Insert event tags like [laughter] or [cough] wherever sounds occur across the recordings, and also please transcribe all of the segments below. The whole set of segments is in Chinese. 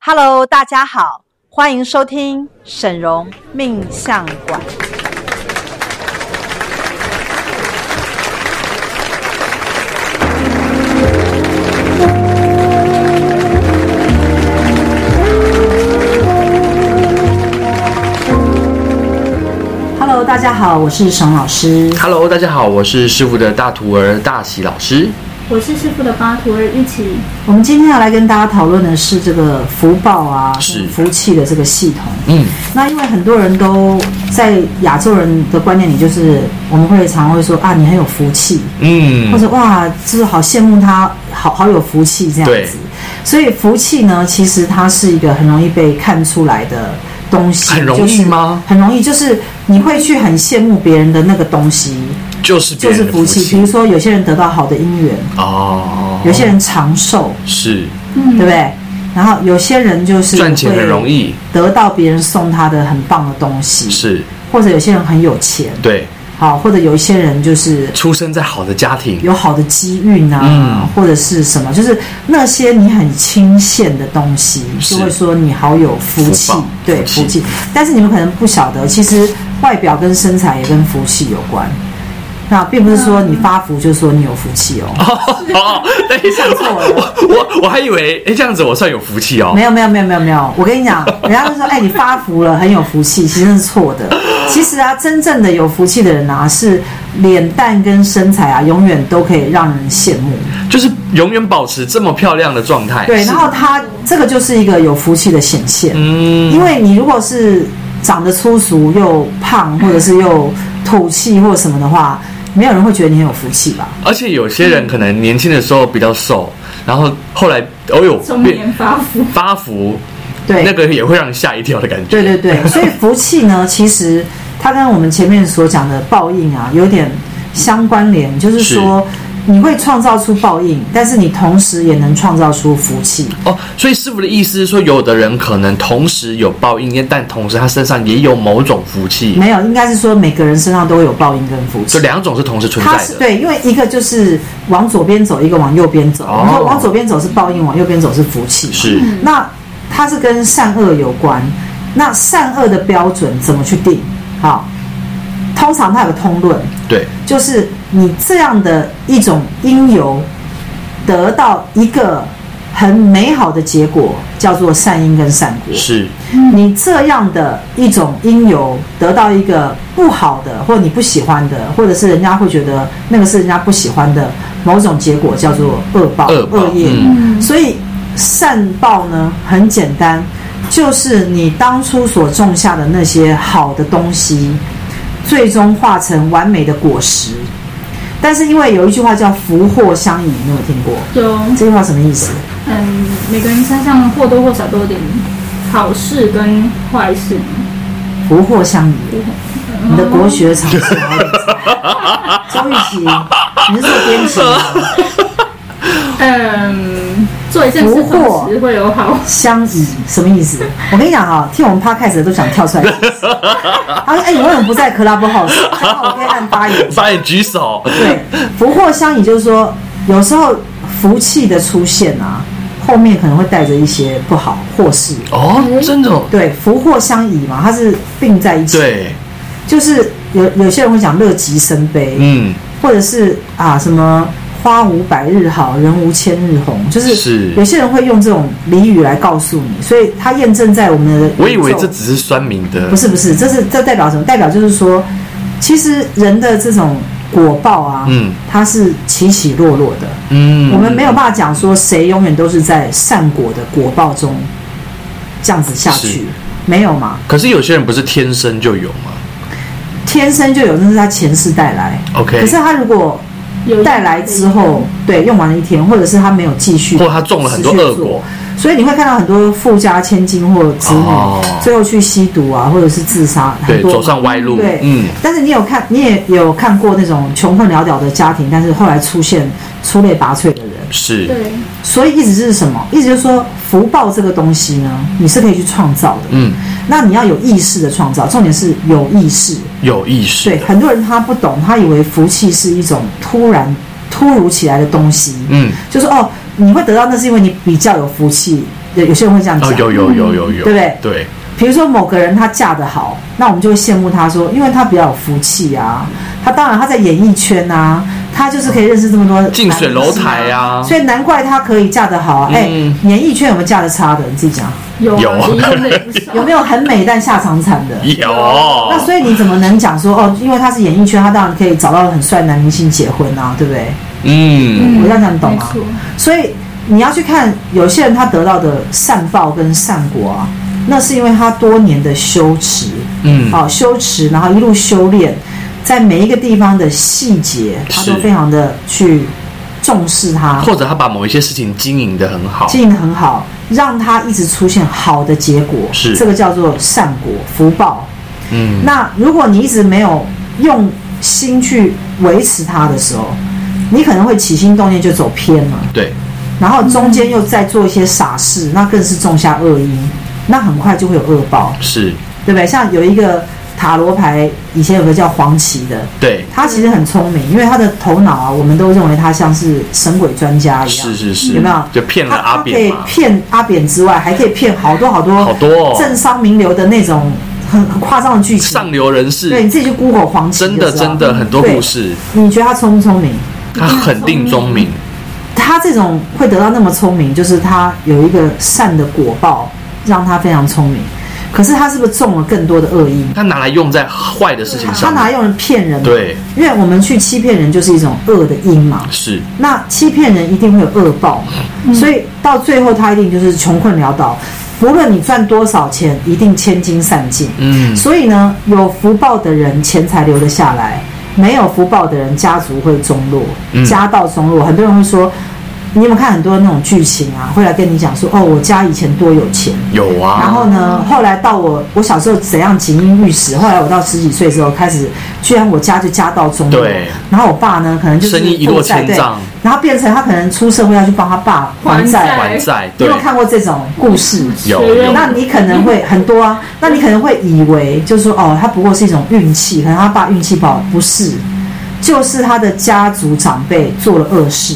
Hello，大家好，欢迎收听沈荣命相馆。Hello，大家好，我是沈老师。 Hello，大家好，我是师傅的大徒儿大喜老师。我是师傅的巴图尔玉琪。我们今天要来跟大家讨论的是这个福报啊，是福气的这个系统。嗯，那因为很多人都在亚洲人的观念里，就是我们会常会说啊，你很有福气，或嗯，者哇，就是好羡慕他，好好有福气这样对子。所以福气呢，其实它是一个很容易被看出来的东西，很容易吗就是很容易，就是你会去很羡慕别人的那个东西，就是别就是人的福气。比如说有些人得到好的姻缘，哦，有些人长寿，是嗯对不对？然后有些人就是赚钱很容，易，得到别人送他的很棒的东西，是或者有些人很有钱，对，好，或者有一些人就是出生在好的家庭，有好的机运啊，嗯或者是什么，就是那些你很亲羡的东西，是就会说你好有福气福报，对福气福气。但是你们可能不晓得，其实外表跟身材也跟福气有关。那并不是说你发福就是说你有福气哦，哦，等一下，想错了我我我还以为，哎，这样子我算有福气哦没。有没有没有没有没有，我跟 [laughs] 你讲，人家就说哎你发福了很有福气，其实那是错 [laughs] 的。其实啊，真正的有福气的人啊，是脸蛋跟身材啊，永远都可以让人羡慕。就是永远保持这么漂亮的状态。对，是然后他这个就是一个有福气的显现，嗯，因为你如果是长得粗俗又胖，或者是又土气或什么的话，没有人会觉得你很有福气吧？而且有些人可能年轻的时候比较瘦，然后后来偶有中变年发福，发福，对，那个也会让人吓一跳的感觉。对 [laughs] 对对，所以福气呢，其实它跟我们前面所讲的报应啊，有点相关联，就是说你会创造出报应，但是你同时也能创造出福气。哦，所以师傅的意思是说，有的人可能同时有报应，但同时他身上也有某种福气，没有，应该是说每个人身上都会有报应跟福气就。两种是同时存它在是的。对，因为一个就是往左边走，一个往右边走。哦我们说往左边走是报应，往右边走是福气。是，那它是跟善恶有关。那善恶的标准怎么去定？好，通常它有个通论，对，就是你这样的一种因由，得到一个很美好的结果，叫做善因跟善果。是，你这样的一种因由得到一个不好的，或你不喜欢的，或者是人家会觉得那个是人家不喜欢的某种结果，叫做恶报、恶报业。嗯所以善报呢，很简单，就是你当初所种下的那些好的东西，最终化成完美的果实。但是因为有一句话叫“福祸相倚”，你有听过？就这句话什么意思？嗯，每个人身上或多或少都有点好事跟坏事。福祸相倚。你的国学常识好点。周玉琪，你是做编辑吗？嗯，做一件事不过同时会有好，相倚什么意思？我跟你讲哈、听我们 podcast 的都想跳出来解释。他说：“哎、你为什么不在 Clubhouse？” 刚好我可以按发言。发言举手，对，福祸相倚就是说，有时候福气的出现啊，后面可能会带着一些不好祸事。哦，真的哦，对，福祸相倚嘛，它是并在一起。，对，就是有有些人会讲乐极生悲，嗯，或者是啊什么花无百日好，人无千日红，就是是有些人会用这种俚语来告诉你，所以它验证在我们的宇宙。我以为这只是酸民的不，是不是，这是这代表什么？代表就是说，其实人的这种果报啊，嗯，它是起起落落的，嗯，我们没有办法讲说谁永远都是在善果的果报中这样子下是去，没有嘛？可是有些人不是天生就有吗天生就有，那是他前世带来。 ？OK，可是他如果有带来之后，对，用完了一天，或者是他没有继续，或他种了很多恶果，所以你会看到很多富家千金或子女、哦最后去吸毒啊，或者是自杀，很对，多走上歪路，对，嗯，但是你有看，你也有看过那种穷困潦倒的家庭，但是后来出现出类拔萃的人，是，对，所以意思是什么？意思就是说，福报这个东西呢，你是可以去创造的，嗯，那你要有意识的创造，重点是有意识。有意识对，的，很多人他不懂，他以为福气是一种突然突如其来的东西，嗯，就是哦，你会得到那是因为你比较有福气，有有些人会这样讲，哦，有有有有有，对不对对，比如说某个人他嫁得好，那我们就会羡慕他说，因为他比较有福气啊。他当然他在演艺圈啊，他就是可以认识这么多近水楼台啊，啊，所以难怪他可以嫁得好啊。哎、嗯演艺圈有没有嫁得差的？你自己讲，有有啊，其实真的也不 [laughs] 少。有没有很美但下场惨的？有。哦那所以你怎么能讲说哦？因为他是演艺圈，他当然可以找到很帅的男明星结婚啊，对不对？嗯，我这样讲你懂啊没吗错，所以你要去看有些人他得到的善报跟善果啊，那是因为他多年的修持，嗯，好、修持，然后一路修炼，在每一个地方的细节，他是都非常的去重视它，或者他把某一些事情经营的很好，经营的很好，让它一直出现好的结果，是这个叫做善果福报。嗯，那如果你一直没有用心去维持它的时候，你可能会起心动念就走偏了。对，然后中间又再做一些傻事，那更是种下恶因，那很快就会有恶报，是，对不对？像有一个塔罗牌，以前有个叫黄芪的，对，他其实很聪明，因为他的头脑啊，我们都认为他像是神鬼专家一样，是是是，有没有？就骗了他阿他可以扁嘛？骗阿扁之外，还可以骗好多好多好多哦政商名流的那种很很夸张的剧情。上流人对，士，你自己去 Google 黄芪真就的知道真嗯的很多对故事，你觉得他聪不聪明？他肯定聪明，他这种会得到那么聪明，就是他有一个善的果报，让他非常聪明。可是他是不是中了更多的恶因？他拿来用在坏的事情他上拿来面，用来骗人，，对，因为我们去欺骗人就是一种恶的因嘛。是，那欺骗人一定会有恶报，所以到最后他一定就是穷困潦倒。不论你赚多少钱，一定千金散尽。嗯，所以呢，有福报的人钱财留得下来，没有福报的人家族会中落，嗯家道中落。很多人会说，你有没有看很多那种剧情啊？会来跟你讲说，哦，我家以前多有钱，有然后啊，呢，后来到我我小时候怎样锦衣玉食，后来我到十几岁之后开始，居然我家就家道中落对，然后我爸呢可能就是生意一落负债千丈，对然后变成他可能出社会要去帮他爸还还债债。还债，你对有没有，看过这种故事？有有那你可能会很多啊，那你可能会以为就是说哦，他不过是一种运气，可能他爸运气不好，不是，就是他的家族长辈做了恶事，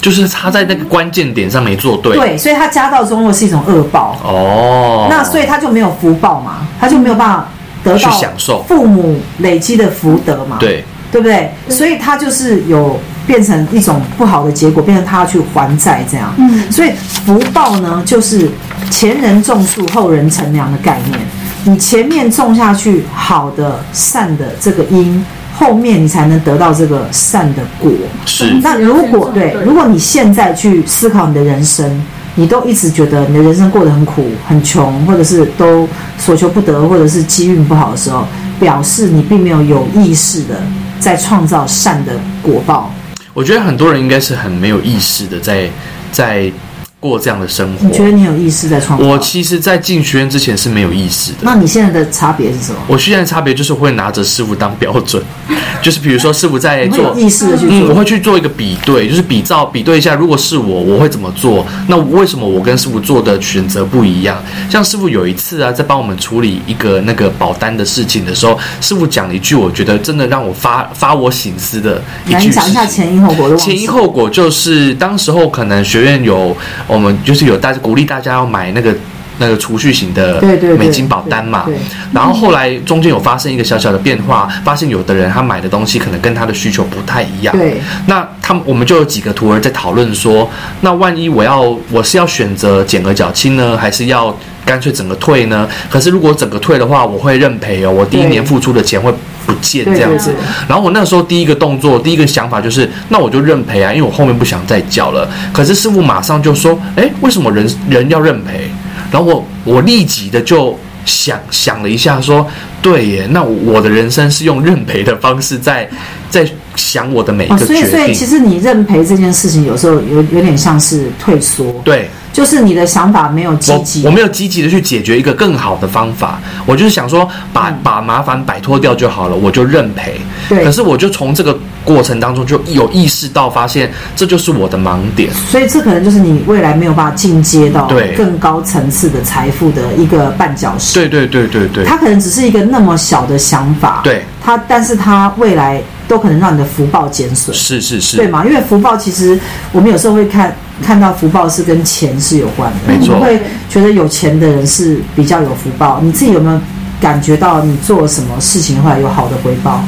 就是他在那个关键点上没做对，所以他家道中落是一种恶报，哦，那所以他就没有福报嘛，他就没有办法得去到享受父母累积的福德嘛，对，对不对？所以他就是有变成一种不好的结果，变成他要去还债这样。嗯所以福报呢，就是前人种树，后人乘凉的概念。你前面种下去好的善的这个因，后面你才能得到这个善的果。是，那如果先种对对，如果你现在去思考你的人生，你都一直觉得你的人生过得很苦、很穷，或者是都所求不得，或者是机运不好的时候，表示你并没有有意识的在创造善的果报。我觉得很多人应该是很没有意识的在在过这样的生你觉得活。你有意识在创造？我其实，在进学院之前是没有意识的。那你现在的差别是什么？我现在的差别就是会拿着师傅当标准， [laughs] 就是比如说师傅在你会有做，意识的去嗯，我做。会去做一个比对，就是比照比对一下，如果是我，我会怎么做？那为什么我跟师傅做的选择不一样？像师傅有一次啊，在帮我们处理一个那个保单的事情的时候，师傅讲了一句，我觉得真的让我发发我省思的一来，句你讲一下事情前因后果的。前因后果就是当时候可能学院有我们就是有大家鼓励大家要买那个那个储蓄型的对对对美金保单嘛对对，然后后来中间有发生一个小小的变化，发现有的人他买的东西可能跟他的需求不太一样，对，那他们我们就有几个徒儿在讨论说，那万一我要我是要选择减额缴清呢，还是要干脆整个退呢？可是如果整个退的话，我会认赔哦，我第一对年付出的钱会不见对这样对子对。，然后我那时候第一个动作，第一个想法就是，那我就认赔啊，因为我后面不想再缴了。可是师傅马上就说，哎，为什么人人要认赔？然后我我立即的就想想了一下说，对耶，那我的人生是用认赔的方式在在想我的每一哦，个决所以定。所以其实你认赔这件事情，有时候有有点像是退缩，对就是你的想法没有积我极，我没有积极的去解决一个更好的方法，我就是想说把、把麻烦摆脱掉就好了，我就认赔。对可，是我就从这个过程当中就有意识到，发现这就是我的盲点。所以这可能就是你未来没有办法进阶到对更高层次的财富的一个绊脚石。对对对对对，它可能只是一个那么小的想法，对它，但是它未来都可能让你的福报减损，是是对是，吗？因为福报其实我们有时候会看看到福报是跟钱是有关的，没错我们会觉得有钱的人是比较有福报。你自己有没有感觉到你做了什么事情后来有好的回报？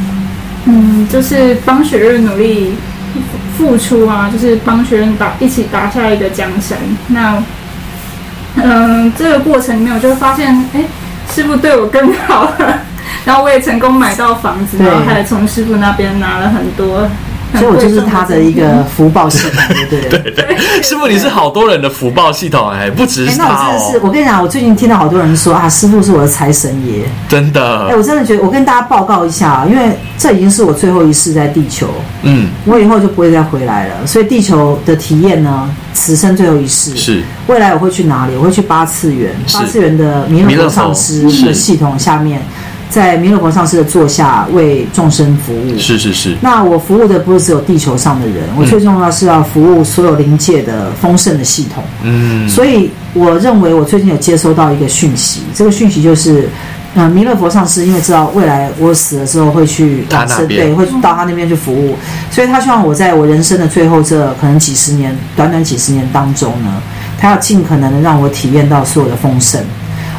嗯，就是帮学院努力付出啊，就是帮学院打一起打下一个江山。那，嗯，这个过程里面，我就发现，哎，师傅对我更好了。 [laughs] 然后我也成功买到房子，对然后还从师傅那边拿了很多。很所以我就贵是重的他的东西一个福报系统，对不 [laughs] 对？对师傅你是好多人的福报系统哎，不只哎是，那我他真的是，哦，我跟你讲，我最近听到好多人说啊，师傅是我的财神爷。真哎、的，我真的觉得，我跟大家报告一下啊，因为这已经是我最后一世在地球，嗯，我以后就不会再回来了。所以地球的体验呢，此生最后一世。是未来我会去哪里？我会去八次元，是八次元的弥勒弥勒佛佛上师是的系统下面，在弥勒佛上师的座下为众生服务。是嗯是是，那我服务的不是只有地球上的人，我最重要是要服务所有灵界的丰盛的系统。嗯，所以我认为我最近有接收到一个讯息，这个讯息就是，呃，弥勒佛上师因为知道未来我死了之后会去他往生那边对，会到他那边去服务，所以他希望我在我人生的最后这可能几十年，短短几十年当中呢，他要尽可能的让我体验到所有的丰盛。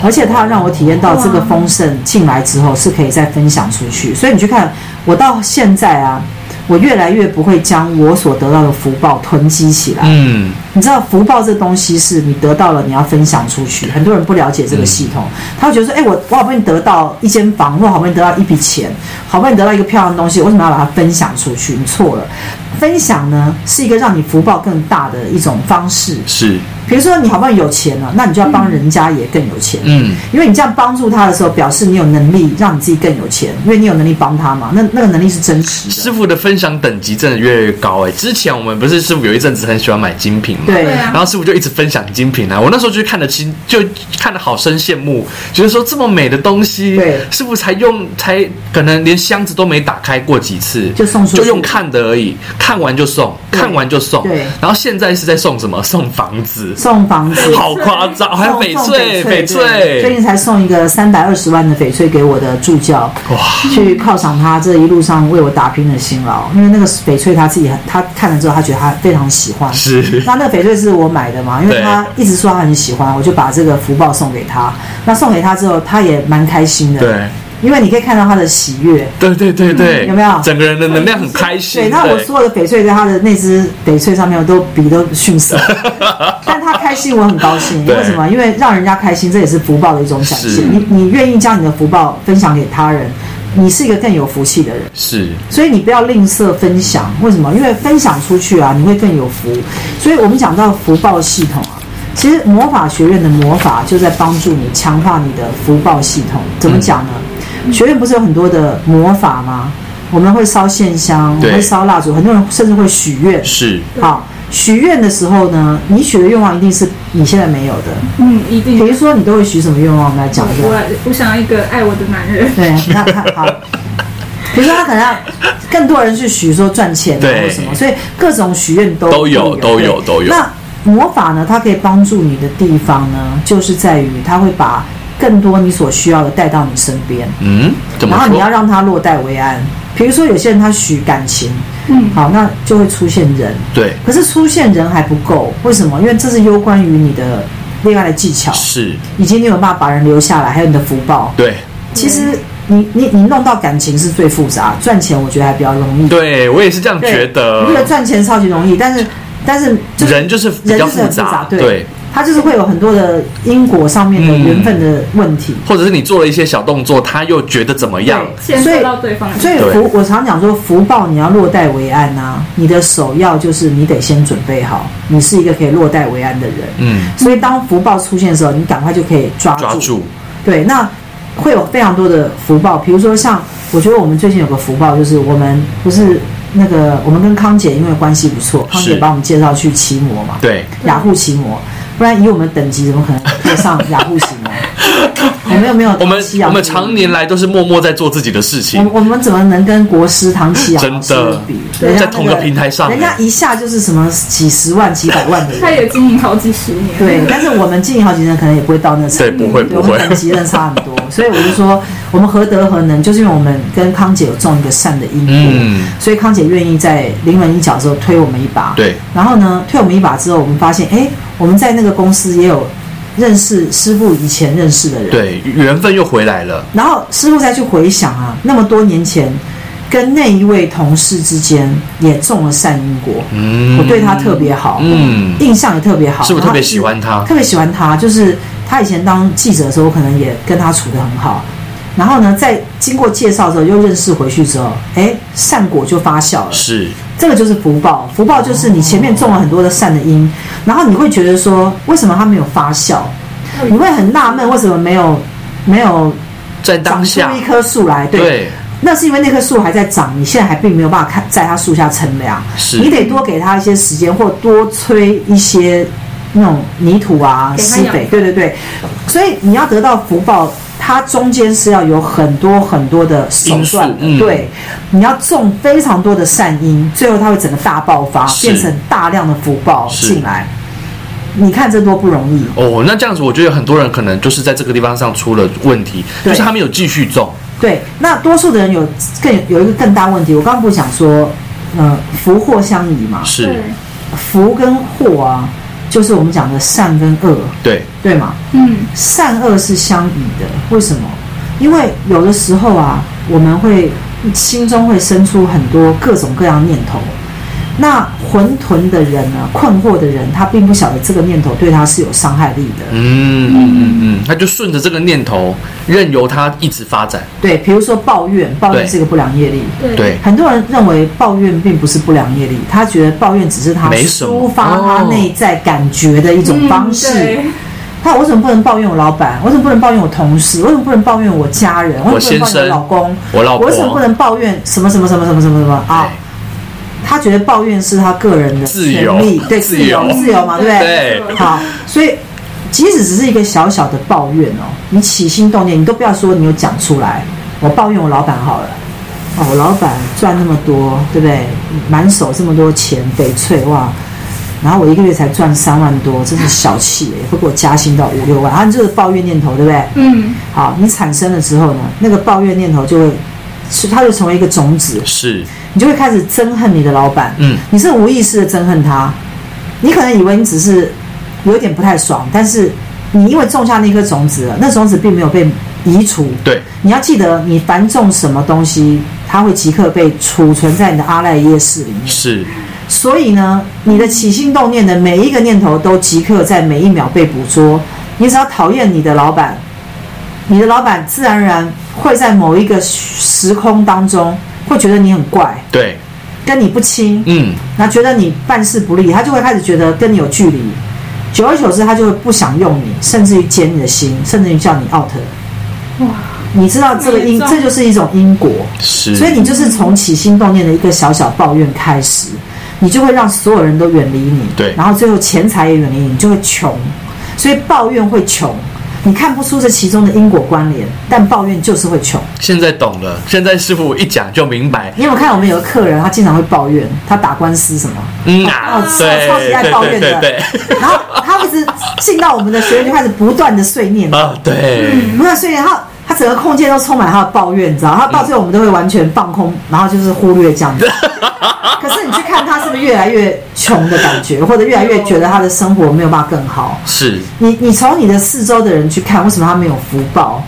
而且他要让我体验到这个丰盛进来之后是可以再分享出去，所以你去看我到现在啊，我越来越不会将我所得到的福报囤积起来，嗯，你知道福报这东西是你得到了，你要分享出去。很多人不了解这个系统，他会觉得说：“哎、我我好不容易得到一间房，或好不容易得到一笔钱，好不容易得到一个漂亮的东西，为什么要把它分享出去？”你错了，分享呢是一个让你福报更大的一种方式。是，比如说，你好不容易有钱了，那你就要帮人家也更有钱。嗯，因为你这样帮助他的时候，表示你有能力让你自己更有钱，因为你有能力帮他嘛。那那个能力是真实的。师傅的分享等级真的越来越高哎。之前我们不是师傅有一阵子很喜欢买精品嘛，对对啊然后师傅就一直分享精品啊，我那时候就看得清，就看得好生羡慕，觉得说这么美的东西，对师傅才用才可能连箱子都没打开过几次，就送出去就用看的而已，看完就送，对看完就送，对然后现在是在送什么？送房子，送房子，好夸张，哦还有哦翡翠，翡对最翠，近才送一个三百二十万的翡翠给我的助教，哇，去犒赏他这一路上为我打拼的辛劳。因为那个翡翠他自己很，他看了之后，他觉得他非常喜欢。是那那个翡翠是我买的嘛，因为对他一直说他很喜欢，我就把这个福报送给他。那送给他之后，他也蛮开心的，，对，因为你可以看到他的喜悦。对对对对，嗯有没有嗯整个人的能量很开心？对，那我所有的翡翠在他的那只翡翠上面，我都比都逊色， [laughs] 但他开心，我很高兴。对为什么？因为让人家开心，这也是福报的一种展是现。你你愿意将你的福报分享给他人，你是一个更有福气的人。是所以你不要吝啬分享，为什么？因为分享出去啊，你会更有福。所以我们讲到福报系统啊，其实魔法学院的魔法就在帮助你强化你的福报系统。怎么讲呢？嗯学院不是有很多的魔法吗？我们会烧线香，我对们会烧蜡烛，很多人甚至会许愿。是，好，许愿的时候呢，你许的愿望一定是你现在没有的。嗯，一比定。如说，你都会许什么愿望？我们来讲一下。我我想要一个爱我的男人。对，那看好。比如说，他可能要更多人去许说赚钱啊对或什么，所以各种许愿都都有都有对都有那魔法呢，它可以帮助你的地方呢，就是在于它会把更多你所需要的带到你身边，嗯，怎么然后你要说？让它落袋为安。比如说，有些人他许感情，嗯，好，那就会出现人，对，可是出现人还不够，为什么？因为这是攸关于你的恋爱的技巧，是，以及你有办法把人留下来，还有你的福报。对。其实你你你弄到感情是最复杂，赚钱我觉得还比较容易。对我也是这样对，觉得我，觉得赚钱超级容易，但是但是就是人就是比人较就是复很复杂，对。他就是会有很多的因果上面的嗯缘分的问题。或者是你做了一些小动作，他又觉得怎么样？[laughs] 牵所以涉到对方的。所以对福，我常讲说福报你要落袋为安啊，你的首要就是你得先准备好，你是一个可以落袋为安的人。嗯，所以当福报出现的时候，你赶快就可以抓住。抓住，对，那会有非常多的福报，比如说像我觉得我们最近有个福报，就是我们不是那个我们跟康姐因为关系不错，康姐是把我们介绍去骑摩嘛，对，雅虎骑摩，不然以我们等级怎么可能配上雅虎骑 [laughs] 摩？我们有没有我们骑雅我虎们常年来都是默默在做自己的事我情们，我们怎么能跟国师唐启阳老师真的比？对人家在同个那平台上人家一下就是什么几十万、几百万的人，他也经营好几十年。对，但是我们经营好几年，可能也不会到那程对，度。不会不对我会 [laughs] 们，等级真的差很多，所以我就说，我们何德何能，就是因为我们跟康姐有种一个善的因果，嗯，所以康姐愿意在临门一脚的时候推我们一把。对，然后呢，推我们一把之后，我们发现，哎，我们在那个公司也有认识师傅以前认识的人。。对，缘分又回来了，然后师傅再去回想啊，那么多年前跟那一位同事之间也种了善因果，嗯，我对他特别好，嗯，印象也特别好，是不是然特后别喜欢他？特别喜欢他，就是他以前当记者的时候，我可能也跟他处得很好。然后呢，在经过介绍之后，又认识回去之后，哎，善果就发酵了。是，这个就是福报，福报就是你前面种了很多的善的因，然后你会觉得说，为什么它没有发酵？你会很纳闷，为什么没有没有在长当出下一，棵树来？对，对，那是因为那棵树还在长，你现在还并没有办法看在它树下乘凉，是你得多给它一些时间，或多催一些那种泥土啊、给它施养肥，对对对。所以你要得到福报，它中间是要有很多很多的手因素段的，嗯对，你要种非常多的善因，最后它会整个大爆发，是变成大量的福报是进来。你看这多不容易，哦，那这样子，我觉得很多人可能就是在这个地方上出了问题，就对是他没有继续种，对，那多数的人有更有一个更大问题，我刚刚不是讲说，呃，福祸相倚嘛，是，福跟祸啊，就是我们讲的善跟恶，对，对吗？嗯，善恶是相倚的，为什么？因为有的时候啊，我们会心中会生出很多各种各样的念头。那混沌的人呢，困惑的人，他并不晓得这个念头对他是有伤害力的。嗯嗯嗯嗯，他就顺着这个念头，任由他一直发展，对，比如说抱怨，抱怨对是一个不良业力。对，对，很多人认为抱怨并不是不良业力，他觉得抱怨只是他没什么抒发他哦内在感觉的一种方式。嗯对他我为什么不能抱怨我老板？我为什么不能抱怨我同事？我为什么不能抱怨我家人？我为什么不能抱怨我老公？我老我婆哎为什么不能抱怨什么什么什么什么什么什么啊？对他觉得抱怨是他个人的自权由利，对自自由由自由嘛，对不对？对好，所以即使只是一个小小的抱怨哦，你起心动念，你都不要说你有讲出来。我抱怨我老板好了，哦，我老板赚那么多，对不对？满手这么多钱，翡翠哇，然后我一个月才赚三万多，真是小气耶，也不给我加薪到五六万，啊然后你就是抱怨念头，对不对？嗯，好，你产生了之后呢，那个抱怨念头就会，是它就成为一个种子，是，你就会开始憎恨你的老板，嗯，你是无意识的憎恨他，你可能以为你只是有点不太爽，但是你因为种下那颗种子了，那种子并没有被移除。对，你要记得，你凡种什么东西，它会即刻被储存在你的阿赖耶识里面。是，所以呢，你的起心动念的每一个念头都即刻在每一秒被捕捉。你只要讨厌你的老板，你的老板自然而然会在某一个时空当中会觉得你很怪，对，跟你不亲，嗯，那觉得你办事不力，他就会开始觉得跟你有距离。久而久之，他就会不想用你，甚至于减你的心，甚至于叫你 out。哇，你知道这个因，没错这就是一种因果。是，所以你就是从起心动念的一个小小抱怨开始，你就会让所有人都远离你，对然后最后钱财也远离你，你就会穷。所以抱怨会穷，你看不出这其中的因果关联，但抱怨就是会穷。现在懂了，现在师傅一讲就明白，你有没有看我们有个客人，他经常会抱怨，他打官司什么，嗯啊哦，超对，超级爱对抱对怨对的对，然后他一直进到我们的学院就开始不断的碎 [laughs] 念，啊，对，不断碎念，他他整个空间都充满他的抱怨，你知道，他到最后我们都会完全放空，然后就是忽略这样子。 [laughs] 可是你去看他是不是越来越穷的感觉，或者越来越觉得他的生活没有办法更好？是，你你从你的四周的人去看，为什么他没有福报？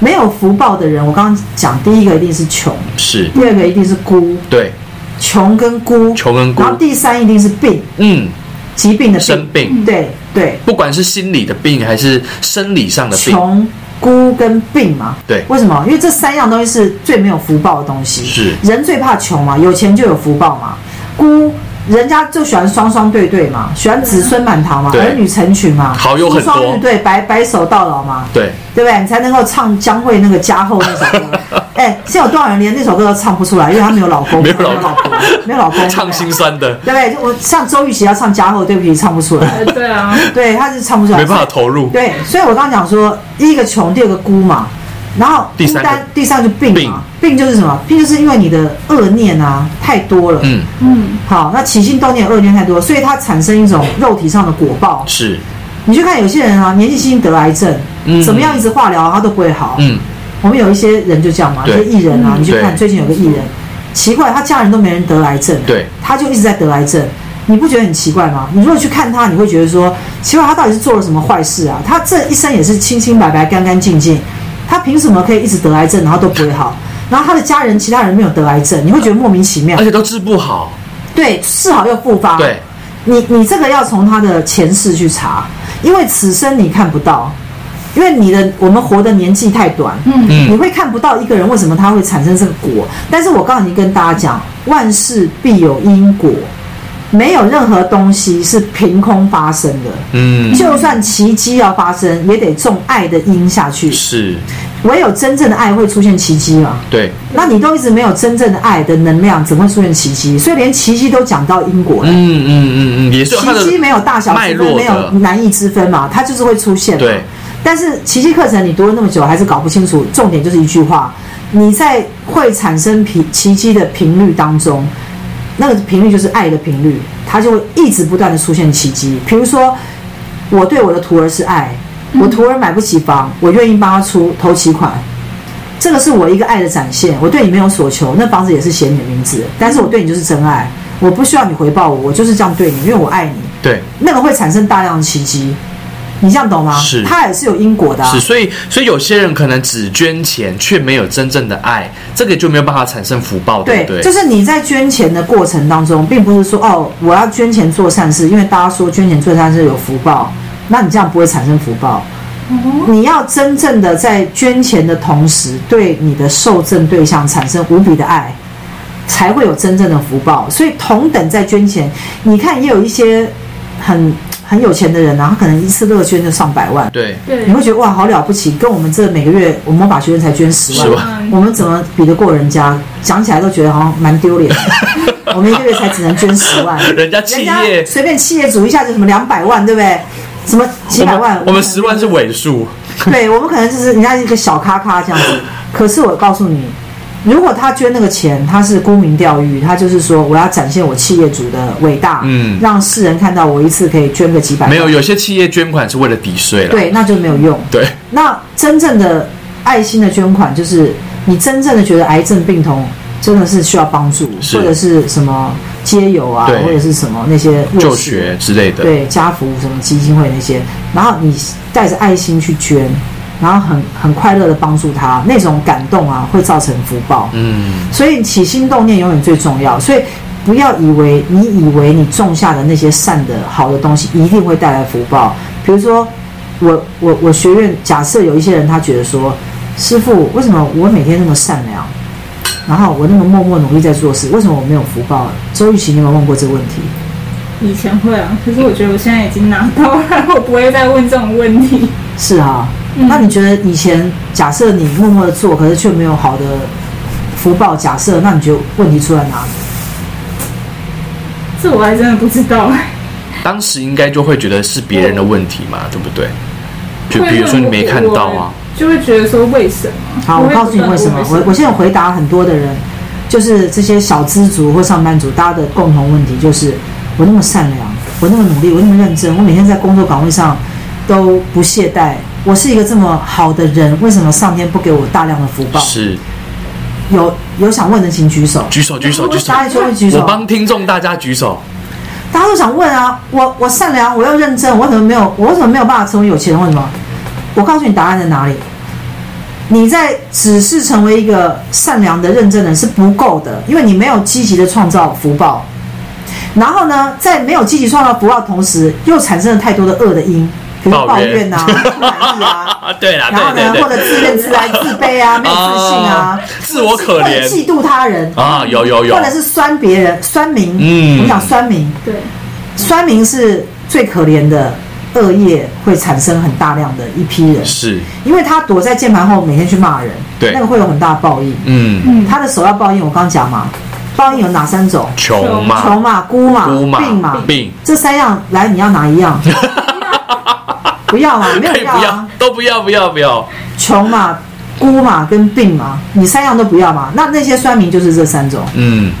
没有福报的人，我刚刚讲，第一个一定是穷，是，第二个一定是孤，对，穷跟孤，穷跟孤然后第三一定是病，嗯，疾病的生病，病，对对，不管是心理的病还是生理上的病，穷、孤跟病嘛。对为什么？因为这三样东西是最没有福报的东西。是人最怕穷嘛，有钱就有福报嘛。孤，人家就喜欢双双对对嘛，喜欢子孙满堂嘛，对儿女成群嘛，好友很多出双入对，白白首到老嘛，对，对不对？你才能够唱江蕙那个家后那首 [laughs] 歌。哎，现在有多少人连那首歌都唱不出来，因为他没有老公，没有老公公，没有老 [laughs] 公，唱心酸的，对不对？对不对？我像周玉琪要唱家后，对不起，唱不出来， [laughs] 呃对啊，对，他是唱不出来，没办法投入，对，所以我刚刚讲说，第一个穷，第二个孤嘛，然后第孤三个单，第三个就病嘛，病就是什么？病就是因为你的恶念啊太多了，嗯，嗯，好，那起心动念恶念太多，所以它产生一种肉体上的果报。是，你去看有些人啊，年纪轻轻得癌症，嗯怎么样一直化疗啊他都不会好，嗯，我们有一些人就这样嘛，就对是艺人啊，嗯你去看对最近有个艺人，奇怪，他家人都没人得癌症，啊对，他就一直在得癌症，你不觉得很奇怪吗？你如果去看他，你会觉得说，奇怪，他到底是做了什么坏事啊？他这一生也是清清白白、干干净净，他凭什么可以一直得癌症，然后都不会好？然后他的家人、其他人没有得癌症，你会觉得莫名其妙而。且都治不好，对，治好又复发。对，你你这个要从他的前世去查，因为此生你看不到，因为你的我们活的年纪太短，嗯你嗯，会看不到一个人为什么他会产生这个果。但是我刚刚已经跟大家讲，万事必有因果，没有任何东西是凭空发生的，嗯，就算奇迹要发生，也得种爱的因下去，是，唯有真正的爱会出现奇迹嘛。对，那你都一直没有真正的爱的能量，怎么会出现奇迹？所以连奇迹都讲到因果嗯了。嗯嗯嗯，也是有它奇迹的，没有大小脉之分，络的没有难易之分嘛，它就是会出现。对。但是奇迹课程你读了那么久，还是搞不清楚，重点就是一句话：你在会产生奇奇迹的频率当中，那个频率就是爱的频率，它就会一直不断的出现奇迹。比如说，我对我的徒儿是爱，我徒儿买不起房，我愿意帮他出投期款。这个是我一个爱的展现，我对你没有所求，那房子也是写你的名字，但是我对你就是真爱，我不需要你回报我，我就是这样对你，因为我爱你，对，那个会产生大量的奇迹，你这样懂吗？是它也是有因果的、啊是，，所以所以有些人可能只捐钱却没有真正的爱，这个就没有办法产生福报，对对不对？就是你在捐钱的过程当中，并不是说哦，我要捐钱做善事，因为大家说捐钱做善事有福报，那你这样不会产生福报。哦你要真正的在捐钱的同时，对你的受赠对象产生无比的爱，才会有真正的福报。所以同等在捐钱，你看也有一些很很有钱的人啊，他可能一次乐捐就上百万，对，对你，会觉得哇，好了不起，跟我们这每个月我们魔法学院才捐十万， 10万我们怎么比得过人家？讲起来都觉得好像蛮丢脸 [laughs] 的。我们一个月才只能捐十万，人家企人家业，随便企业主一下就什么两百万，对不对？什么几百万？我们我们十万是尾数，对我们可能就是人家一个小咔咔这样子。可是我告诉你，如果他捐那个钱，他是沽名钓誉，他就是说我要展现我企业主的伟大，嗯让世人看到我一次可以捐个几百万，没有，有些企业捐款是为了抵税了，对，那就没有用。对，那真正的爱心的捐款，就是你真正的觉得癌症病童真的是需要帮助，是或者是什么街友啊对，或者是什么那些弱势就学之类的，对家福什么基金会那些，然后你带着爱心去捐，然后很很快乐的帮助他，那种感动啊，会造成福报。嗯，所以起心动念永远最重要。所以不要以为你以为你种下的那些善的好的东西一定会带来福报。比如说，我我我学院假设有一些人他觉得说，师傅为什么我每天那么善良，然后我那么默默努力在做事，为什么我没有福报？周玉琪，你有没有问过这个问题？以前会啊，可是我觉得我现在已经拿到了，我不会再问这种问题。是啊，嗯那你觉得以前假设你默默的做，可是却没有好的福报，假设那你觉得问题出在哪里？这我还真的不知道哎、当时应该就会觉得是别人的问题嘛，对不对？就会比如说问你没看到啊，我，就会觉得说为什么？好，我告诉你为什么。我我现在回答很多的人，就是这些小资族或上班族，大家的共同问题就是：我那么善良，我那么努力，我那么认真，我每天在工作岗位上都不懈怠。我是一个这么好的人，为什么上天不给我大量的福报？是有有想问的请举手，举手举手举手大，家就会举我手。帮听众大家举手，大家都想问啊，我我善良，我又认真，我怎么没有，我怎么没有办法成为有钱人？为什么？我告诉你答案在哪里。你在只是成为一个善良的、认真的人是不够的，因为你没有积极的创造福报。然后呢，在没有积极创造福报的同时，又产生了太多的恶的因，比如说抱抱怨怨呐、不 [laughs] 满意啊。啊，对啦，然后对呢，对或者对，自怨自艾、自卑 [laughs] 啊，没有自信啊啊，自我可怜或者嫉妒他人啊，有有有或，者是酸别人、酸民。嗯我们讲酸民，对，酸民是最可怜的，恶业会产生很大量的一批人，是，因为他躲在键盘后每天去骂人，对那个会有很大的报应。嗯，嗯，他的首要报应，我刚刚讲嘛，报应有哪三种？穷嘛穷，嘛、孤嘛、啊孤嘛病嘛、病这三样，来你要哪一 [laughs] 样？不要嘛，没有可以人要不啊要。，都不要不要不要，穷嘛、孤嘛跟病嘛，你三样都不要嘛。那那些酸民就是这三种，嗯，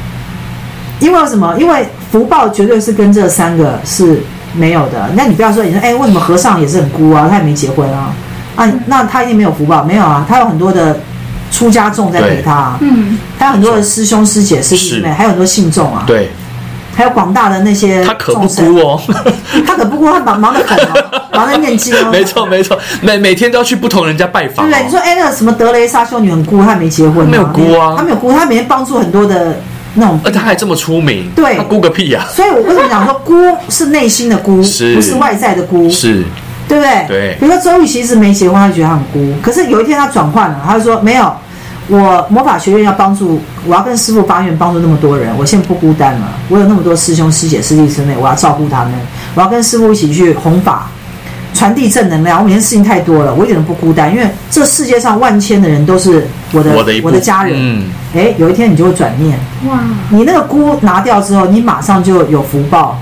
因为为什么？因为福报绝对是跟这三个是没有的。那你不要说，你说哎，为什么和尚也是很孤啊？他也没结婚啊？啊，那他一定没有福报？没有啊，他有很多的出家众在陪他、啊，嗯，还有很多的师兄师姐师弟妹，是还有很多信众啊，对还有广大的那些他可不众生孤哦， [laughs] 他可不过他忙忙得很哦，忙着念经哦。没错没错，每每天都要去不同人家拜对访、不对？你哦，说哎，那个什么德雷莎修女很孤，她没结婚吗，没有孤啊她没有孤，她每天帮助很多的那种。而啊他还这么出名，对他孤个屁呀、所以我为什么讲说孤是内心的孤，是不是外在的孤，是对不对？对比如说周雨其实没结婚，她就觉得她很孤，可是有一天她转换了，她就说没有，我呃魔法学院要帮助，我要跟师傅发愿帮助那么多人，我现在不孤单了，我有那么多师兄师姐师弟师妹，我要照顾他们，我要跟师傅一起去弘法。传递正能量，我每天事情太多了，我一点都不孤单，因为这世界上万千的人都是我的我的一部的家人。嗯，哎，有一天你就会转念，哇，你那个菇拿掉之后，你马上就有福报。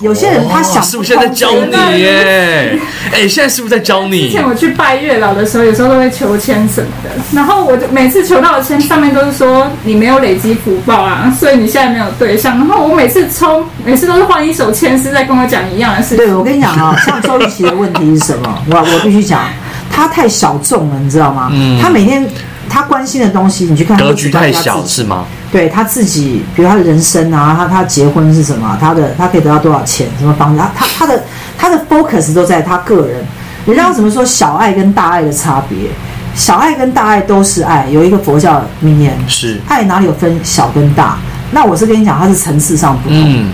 有些人他想哦师傅现在在教不通你耶，哎，现在师傅在教之你前，我去拜月老的时候，有时候都会求签什么的，然后我就每次求到的签上面都是说你没有累积福报啊，所以你现在没有对象。然后我每次抽，每次都是换一首签诗在跟我讲一样的事对，情。我跟你讲 [laughs] 啊、像周玉琪的问题是什么？我我必须讲，他太小众了，你知道吗？嗯他每天他关心的东西，你去看他格只局关太心他小自己是吗？对他自己，比如他的人生啊，他他结婚是什么啊，他的他可以得到多少钱，什么房子，他他他的他的 focus 都在他个人。人家为什么说小爱跟大爱的差别？小爱跟大爱都是爱，有一个佛教名言，是，爱哪里有分小跟大？那我是跟你讲，它是层次上不同。嗯，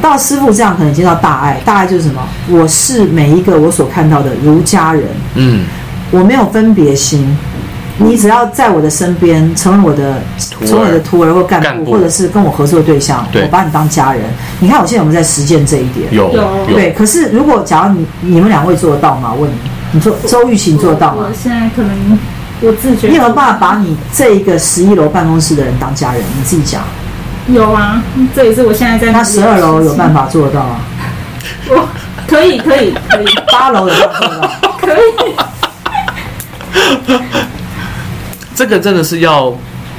到师傅这样可能已经到大爱，大爱就是什么？我是每一个我所看到的儒家人，嗯，我没有分别心。你只要在我的身边，成为我的徒儿成为我的徒儿或干部，干部或者是跟我合作的对象，对我把你当家人。你看我现在有没有在实践这一点？有有对。可是如果假如你你们两位做得到吗？我问你，你做周玉琴做得到吗我？现在可能我自觉你有没有办法把你这一个十一楼办公室的人当家人？你自己讲。有啊，这也是我现在在那十二楼有办，法做得到吗？我可以可以可以八楼有办法做得到？ [laughs] 可以，这个真的是要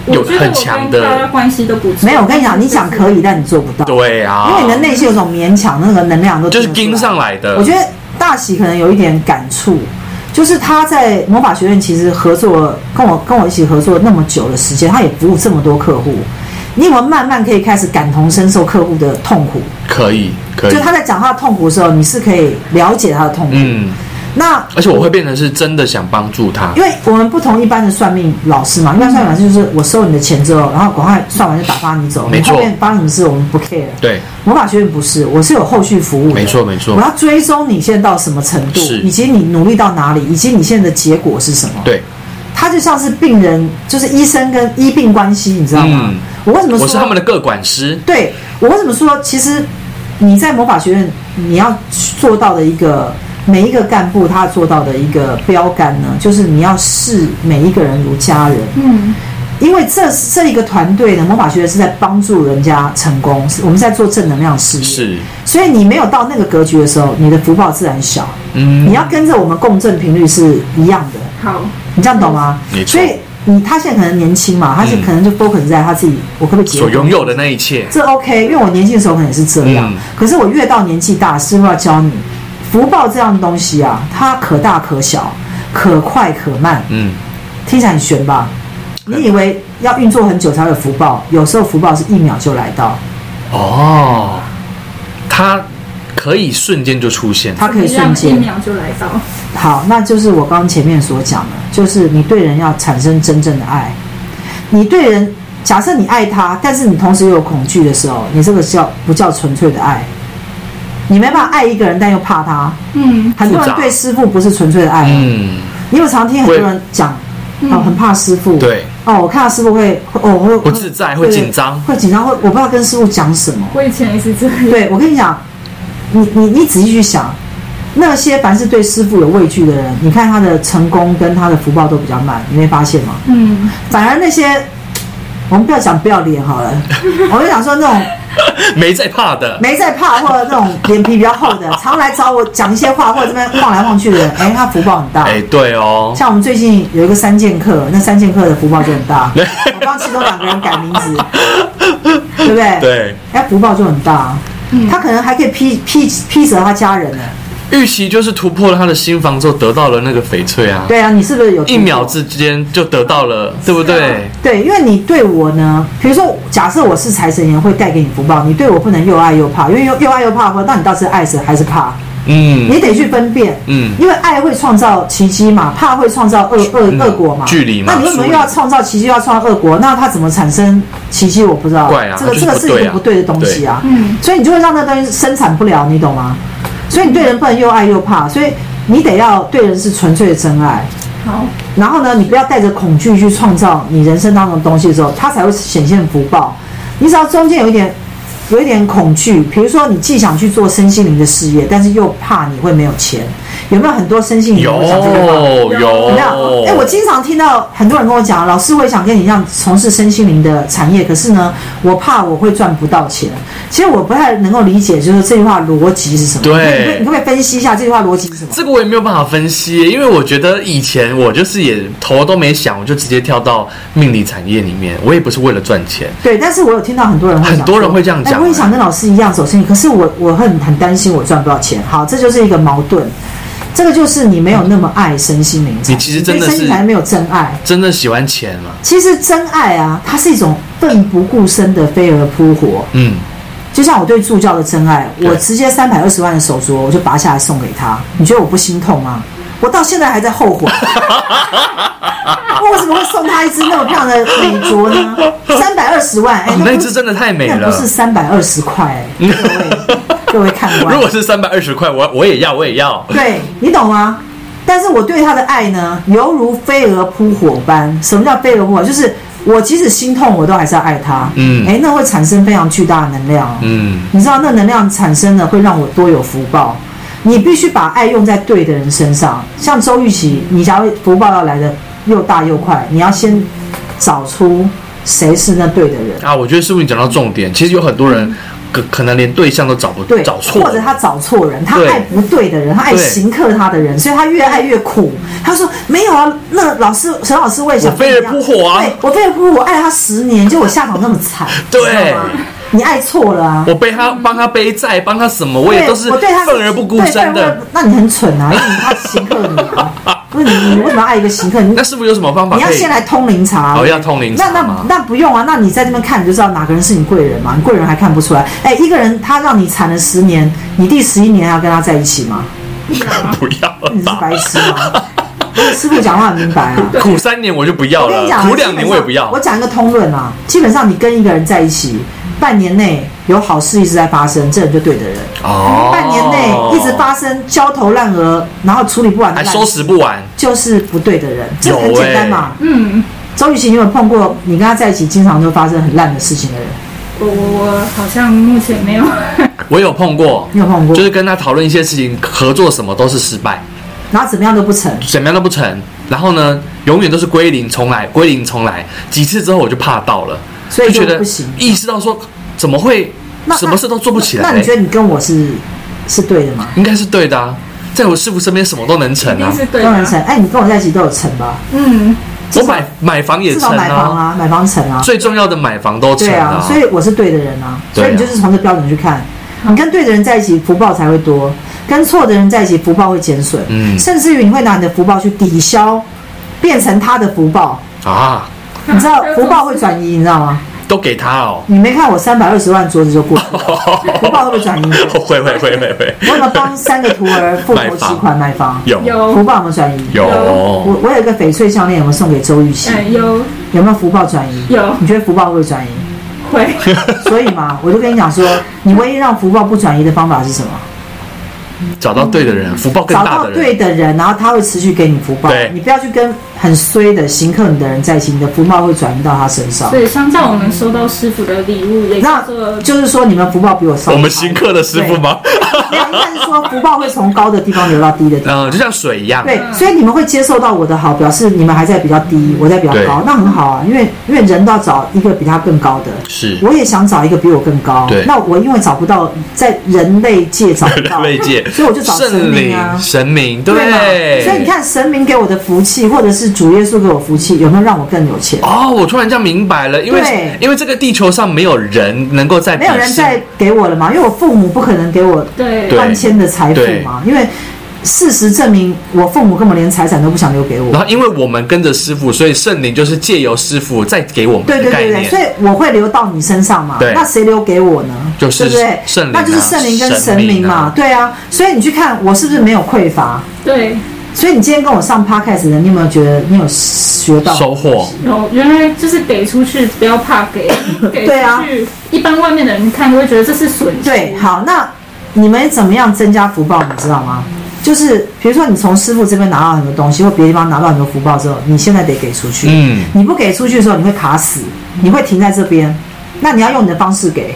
有我觉得很我强跟大家的，关系都不错。没有，我跟你讲，你讲可以，但你做不到，对啊，因为你的内心有种勉强，那个能量都就是盯盯上。来的，我觉得大喜可能有一点感触，就是他在魔法学院其实合作跟我跟我一起合作那么久的时间，他也服务这么多客户，你有没有慢慢可以开始感同身受客户的痛苦？可以，可以就，他在讲他的痛苦的时候，你是可以了解他的痛苦。嗯，那而且我会变成是真的想帮助他因，为我们不同一般的算命老师嗯嘛，一般算命老师就是我收你的钱之后，然后赶快算完就打发你走，没你错后面发生什么事我们不 care。对，魔法学院不是，我是有后续服务的。没错没错我要追踪你现在到什么程度是，以及你努力到哪里，以及你现在的结果是什么。，对，它就像是病人，就是医生跟医病关系，你知道吗？嗯我为什么说我是他们的个管师，对我为什么说，其实你在魔法学院你要做到的一个每一个干部他做到的一个标杆呢，就是你要视每一个人如家人。嗯，因为这这一个团队呢，魔法学院是在帮助人家成功，是我们在做正能量事业。是，所以你没有到那个格局的时候，你的福报自然小。嗯，你要跟着我们共振频率是一样的，好，你这样懂吗？嗯没错所以你他现在可能年轻嘛，他是嗯可能就 focus 在他自己，我可不可以结所婚？拥有的那一切，这 OK，因为我年轻的时候可能也是这样，嗯可是我越到年纪大，师傅要教你，福报这样的东西啊，它可大可小，可快可慢，嗯，听起来很悬吧？你以为要运作很久才有福报，有时候福报是一秒就来到，哦，他可以瞬间就出现，它可以瞬一间。秒就来到。好，那就是我刚刚前面所讲的，就是你对人要产生真正的爱。你对人，假设你爱他，但是你同时又有恐惧的时候，你这个叫不叫纯粹的爱？你没办法爱一个人，但又怕他。嗯，很多复人杂对师傅不是纯粹的爱，嗯，你有常听很多人讲，嗯哦，很怕师傅。对。 [laughs] 哦，我看到师傅会，会哦，会不自在对会紧张会紧张，会我不知道跟师傅讲什么。我以前也是这样。对，我跟你讲，你你你仔细去想，那些凡是对师傅有畏惧的人，你看他的成功跟他的福报都比较慢，你会发现吗？嗯，反而那些，我们不要讲不要脸好了，我就想说那种没在怕的，没在怕或者那种脸皮比较厚的，常来找我讲一些话或者这边晃来晃去的人，哎，他福报很大。哎，对哦，像我们最近有一个三剑客，那三剑客的福报就很大。我帮其中两个人改名字，对不对？ [laughs] 对，哎，福报就很大啊。他可能还可以披披披着他家人呢，玉玺就是突破了他的心房之后，得到了那个翡翠啊，对啊，你是不是有一秒听过之间就得到了，对不对？对，因为你对我呢，比如说，假设我是财神爷，会带给你福报，你对我不能又爱又怕，因为又又爱又怕的话，那你到底是爱是还是怕？嗯你得去分辨，嗯因为爱会创造奇迹嘛，怕会创造恶恶嗯恶果嘛，距离嘛那你为什么疏离又要创造奇迹，又要创造恶果？那它怎么产生奇迹？我不知道，怪啊这个它就这是个不是一对个啊不对的东西啊，嗯，所以你就会让那东西生产不了，你懂吗？所以你对人不能又爱又怕，所以你得要对人是纯粹的真爱。好，然后呢，你不要带着恐惧去创造你人生当中的东西的时候，它才会显现福报。你只要中间有一点，有一点恐惧，比如说你既想去做身心灵的事业，但是又怕你会没有钱，有没有很多身心灵有的想这个话？有有有没有？哎、我经常听到很多人跟我讲，老师，我也想跟你一样从事身心灵的产业，可是呢，我怕我会赚不到钱。其实我不太能够理解，就是这句话逻辑是什么？对你可以你可不可以分析一下这句话逻辑是什么？这个我也没有办法分析，因为我觉得以前我就是也头都没想，我就直接跳到命理产业里面，我也不是为了赚钱。对，但是我有听到很多人会讲说很多人会这样讲哎我也想跟老师一样走生意，可是我我很很担心我赚不到钱。好，这就是一个矛盾，这个就是你没有那么爱身心灵，你其实真的对身是心才没有真爱。真的喜欢钱嘛？其实真爱啊，它是一种奋不顾身的飞蛾扑火。嗯，就像我对助教的真爱，对我直接三百二十万的手镯，我就拔下来送给他，你觉得我不心痛吗？我到现在还在后悔， [laughs] 我啊为什么会送他一只那么漂亮的美镯呢？三百二十万，哎、哦那不那一是只真的太美那了不。是三百二十块、 [laughs] 哎各位各位看 [laughs] 如官，果是三百二十块，我我也要，我也要。对你懂吗？但是我对他的爱呢，犹如飞蛾扑火般。什么叫飞蛾扑火？就是我即使心痛，我都还是要爱他。嗯哎、那会产生非常巨大的能量哦。嗯，你知道那能量产生的会让我多有福报。你必须把爱用在对的人身上，像周玉琪，你假如福报要来的又大又快，你要先找出谁是那对的人，啊，我觉得师傅你讲到重点，其实有很多人可可能连对象都找不嗯对，找错了，或者他找错人，他对爱不对的人，他爱对行克他的人，所以他越爱越苦。他说没有啊，那老师沈老师我也想我飞跟蛾你一样扑火啊对我飞蛾扑火，我爱哎他十年，就我下场那么惨，对你知道吗你爱错了啊。我背他帮他背债，帮他什么，我也对都是我对他是愤而不顾对身愤而的。不那你很蠢啊，因为你他行客你啊，不是你你为什么要爱一个行客？你 [laughs] 那师傅有什么方法你要可以先？来通灵啊查。哦，要通灵那茶那吗？那不用啊，那你在这边看你就知道哪个人是你贵人嘛，你贵人还看不出来。哎，一个人他让你缠了十年，你第十一年还要跟他在一起吗？ [laughs] 不要了你是吧，白痴吗？ [laughs] 我师傅讲话很明白啊。苦三年我就不要我跟你了讲，啊，苦两基本年上我也不要我。讲一个通论啊，基本上你跟一个人在一起，半年内有好事一直在发生，这人就对的人。哦半年内一直发生焦头烂额，然后处理不完的还烂收拾不完，就是不对的人，这个很有欸简单嘛。嗯，周雨晴，你有没有碰过你跟他在一起经常就发生很烂的事情的人？我我我好像目前没有，我有碰过，你有碰过？就是跟他讨论一些事情，合作什么都是失败，然后怎么样都不成，怎么样都不成。然后呢，永远都是归零重来，归零重来。几次之后我就怕到了，所以就觉就得不行。意识到说怎么会那什么事都做不起来那你觉得你跟我是是对的吗？应该是对的啊。在我师傅身边什么都能一成定啊，是对都的能啊。成？哎，你跟我在一起都有成吧？嗯，我至少买买房也至少成买房啊，啊，买房成啊。最重要的买房都成对啊，所以我是对的人啊，对所啊嗯以你就是从这标准去看，你跟对的人在一起，福报才会多；跟错的人在一起，福报会减损，嗯甚至于你会拿你的福报去抵消，变成他的福报，啊，你知道福报会转移，你知道吗？都给他哦。你没看我三百二十万桌子就 [laughs] 过去了，福报会不会转移？会会会会会，我有没有帮三个徒儿复买活房几款买房？有福有，报有没有转移？有我我有一个翡翠项链，有没有送给周玉琪？哎有有没有福报转移？有你觉得福报会不会转移？会， [laughs] 所以嘛，我就跟你讲说，你唯一让福报不转移的方法是什么？找到对的人，福报更找大到的人对，的人，然后他会持续给你福报对。你不要去跟很衰的行克你的人在一起，你的福报会转移到他身上所。以相较我们收到师傅的礼物，也叫那做就是说，你们福报比我少。 [laughs] 我们新客的师傅吗？没有，应该是说福报会从高的地方流到低的地方。 [laughs] 嗯，就像水一样， [laughs] 对，所以你们会接受到我的好，表示你们还在比较低，我在比较嗯对高，那很好啊。因为因为人都要找一个比他更高的，是我也想找一个比我更高对。那我因为找不到，在人类界找不到，人类界， [laughs] 所以我就找神圣明啊灵、神明，对对。嘛所以你看，神明给我的福气，或者是主耶稣给我福气，有没有让我更有钱？哦，我突然这样明白了，因为对因为这个地球上没有人能够在没有人鄙视再给我了嘛，因为我父母不可能给我对对搬迁的财富嘛，因为事实证明，我父母根本连财产都不想留给我。然后因为我们跟着师傅，所以圣灵就是借由师傅再给我们对对的概对念对，。所以我会留到你身上嘛对。那谁留给我呢？就是对不对？圣灵啊那就是圣灵跟神神明啊明嘛。对啊，所以你去看我是不是没有匮乏？对，所以你今天跟我上 podcast 的，你有没有觉得你有学到收获？有哦原来就是给出去，不要怕给，给出对啊去，一般外面的人看都会觉得这是损失。对，好，那你们怎么样增加福报？你知道吗？就是比如说你从师傅这边拿到很多东西，或别的地方拿到很多福报之后，你现在得给出去。嗯，你不给出去的时候，你会卡死，你会停在这边。那你要用你的方式给，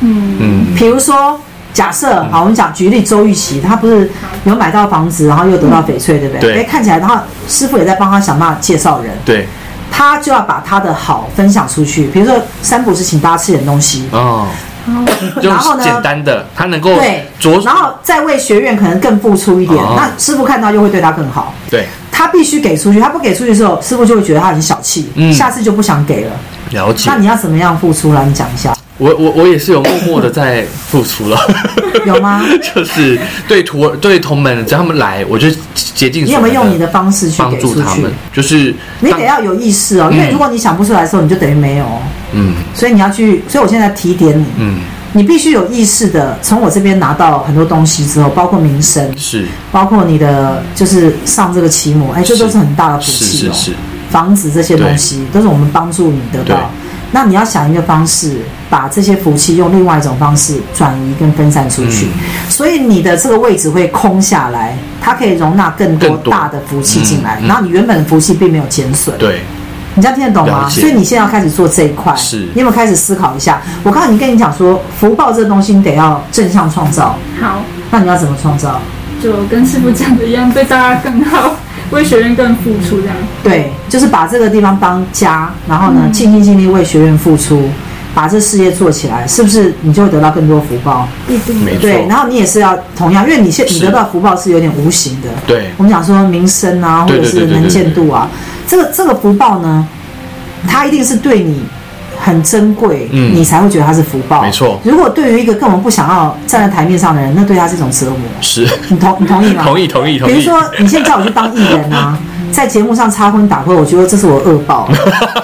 嗯，嗯，比如说，假设好，我们讲举例，周玉琪她不是有买到房子，然后又得到翡翠，对不对？对哎看起来他师傅也在帮他想办法介绍人，对，他就要把他的好分享出去。比如说，三不是请大家吃点东西，哦，然后就啊然后呢简单的，他能够对，着然后再为学院可能更付出一点，哦那师傅看到又会对他更好。对，他必须给出去，他不给出去的时候，师傅就会觉得他很小气，嗯下次就不想给了。了解那。你要怎么样付出来？你讲一下，我我我也是有默默的在付出 [laughs] 了，有吗？ [laughs] 就是对徒儿对同门，只要他们来，我就竭尽你所有没有能用你的的方式去帮给助出他去们？，就是你当得要有意识哦，因为嗯如果你想不出来的时候，你就等于没有哦。嗯所以你要去，所以我现在提点你，嗯你必须有意识的从我这边拿到很多东西之后，包括名声，是包括你的就是上这个期末，哎，这是都是很大的福是气哦。是是，房子这些东西都是我们帮助你得对到。那你要想一个方式，把这些福气用另外一种方式转移跟分散出去，嗯所以你的这个位置会空下来，它可以容纳更多更多大的福气进来，嗯嗯然后你原本的福气并没有减损。对你这样听得懂了吗？解所以你现在要开始做这一块，是你有没有开始思考一下？我刚刚已经跟你讲说，福报这东西你得要正向创造，好，那你要怎么创造？就跟师傅讲的一样，对大家更好，为学院更付出这样。对，就是把这个地方当家，然后呢，嗯尽心尽力为学院付出，把这事业做起来，是不是你就会得到更多福报？一定没的错对，然后你也是要同样，因为你现你是得到福报是有点无形的。对我们讲说名声啊，或对者对是对对能对见度啊，这个这个福报呢，它一定是对你很珍贵，嗯你才会觉得它是福报。没错如果对于一个根本不想要站在台面上的人，那对他是一种折磨。是你同你同意吗？ [laughs] 同意同意同比如意，说，你现在叫我去当艺人啊，在节目上插荤打荤，我觉得这是我恶 [laughs] 报， [laughs]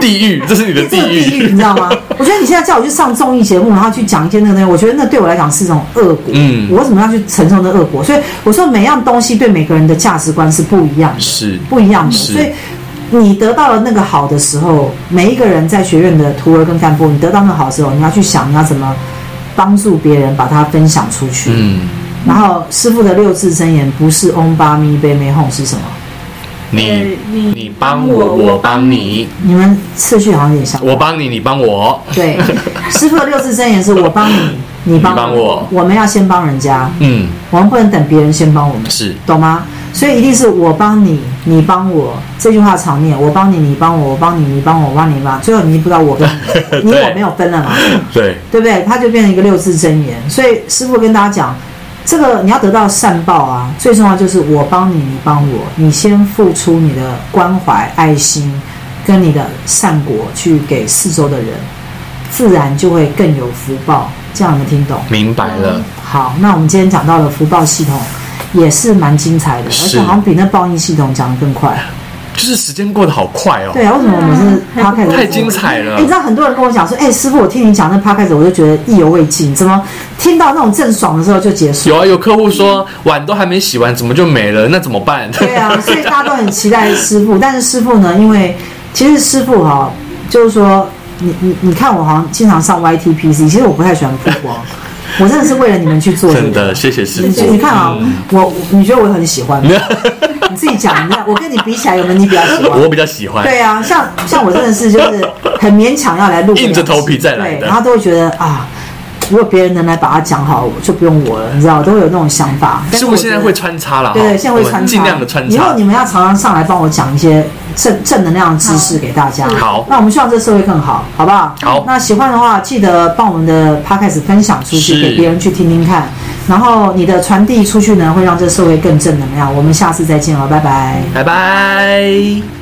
地狱这是你的这个地地狱，狱，你知道吗？我觉得你现在叫我去上综艺节目，然后去讲一些那个东西，我觉得那对我来讲是一种恶果。嗯我怎么样去承受那恶果？所以我说，每样东西对每个人的价值观是不一样的，是不一样的。是所以你得到了那个好的时候，每一个人在学院的徒儿跟干部，你得到那个好的时候，你要去想你要怎么帮助别人，把它分享出去。嗯，然后师傅的六字真言不是嗡巴咪贝美哄是什么？你呃你你帮我，我帮你，你们次序好像有点相我反。帮你，你帮我， [laughs] 对，师傅的六字真言是我帮你，你帮你帮我我们要先帮人家，嗯，我们不能等别人先帮我们，是懂吗？所以一定是我帮你，你帮我这句话常念，我帮你，你帮我，我帮你，你帮我，我帮你你帮我，最后你不知道我跟你，你对我没有分了嘛，对，对不对？它就变成一个六字真言。所以师傅跟大家讲，这个你要得到善报啊，最重要就是我帮你，你帮我，你先付出你的关怀、爱心跟你的善果去给四周的人，自然就会更有福报。这样你们听懂？明白嗯了，好，那我们今天讲到了福报系统，也是蛮精彩的，而是且好像比那报应系统讲得更快。就是时间过得好快哦，对啊，为什么我们是嗯 [laughs] p o d 太精彩了哎你，知道很多人跟我讲说，哎、师傅，我听你讲那 p 开始，我就觉得意犹未尽，怎么听到那种郑爽的时候就结束？有啊，有客户说碗都还没洗完，怎么就没了？那怎么办？[laughs] 对啊，所以大家都很期待师傅，但是师傅呢，因为其实师傅哈、就是说你你你看我好像经常上 YTPC，其实我不太喜欢曝光，我真的是为了你们去做这个真的，谢谢师你傅。嗯你看啊，我我你觉得我很喜欢吗？你自己讲，你看我跟你比起来，有没有你比较喜欢？ [laughs] 我比较喜欢。对啊，像像我真的是就是很勉强要来录个两集，硬着头皮再来的对，然后都会觉得啊，如果别人能来把它讲好，就不用我了，你知道，都会有那种想法。师但是傅我现在觉得会穿插了哈，对对，现在会我们穿插，尽量的穿以后插你。们要常常上来帮我讲一些正正能量的知识给大家。嗯好那我们希望这社会更好，好不好？好那喜欢的话，记得帮我们的 podcast 分享出去，是给别人去听听看。然后你的传哦递出去呢，会让这社会更正能量。我们下次再见了，拜拜。拜拜。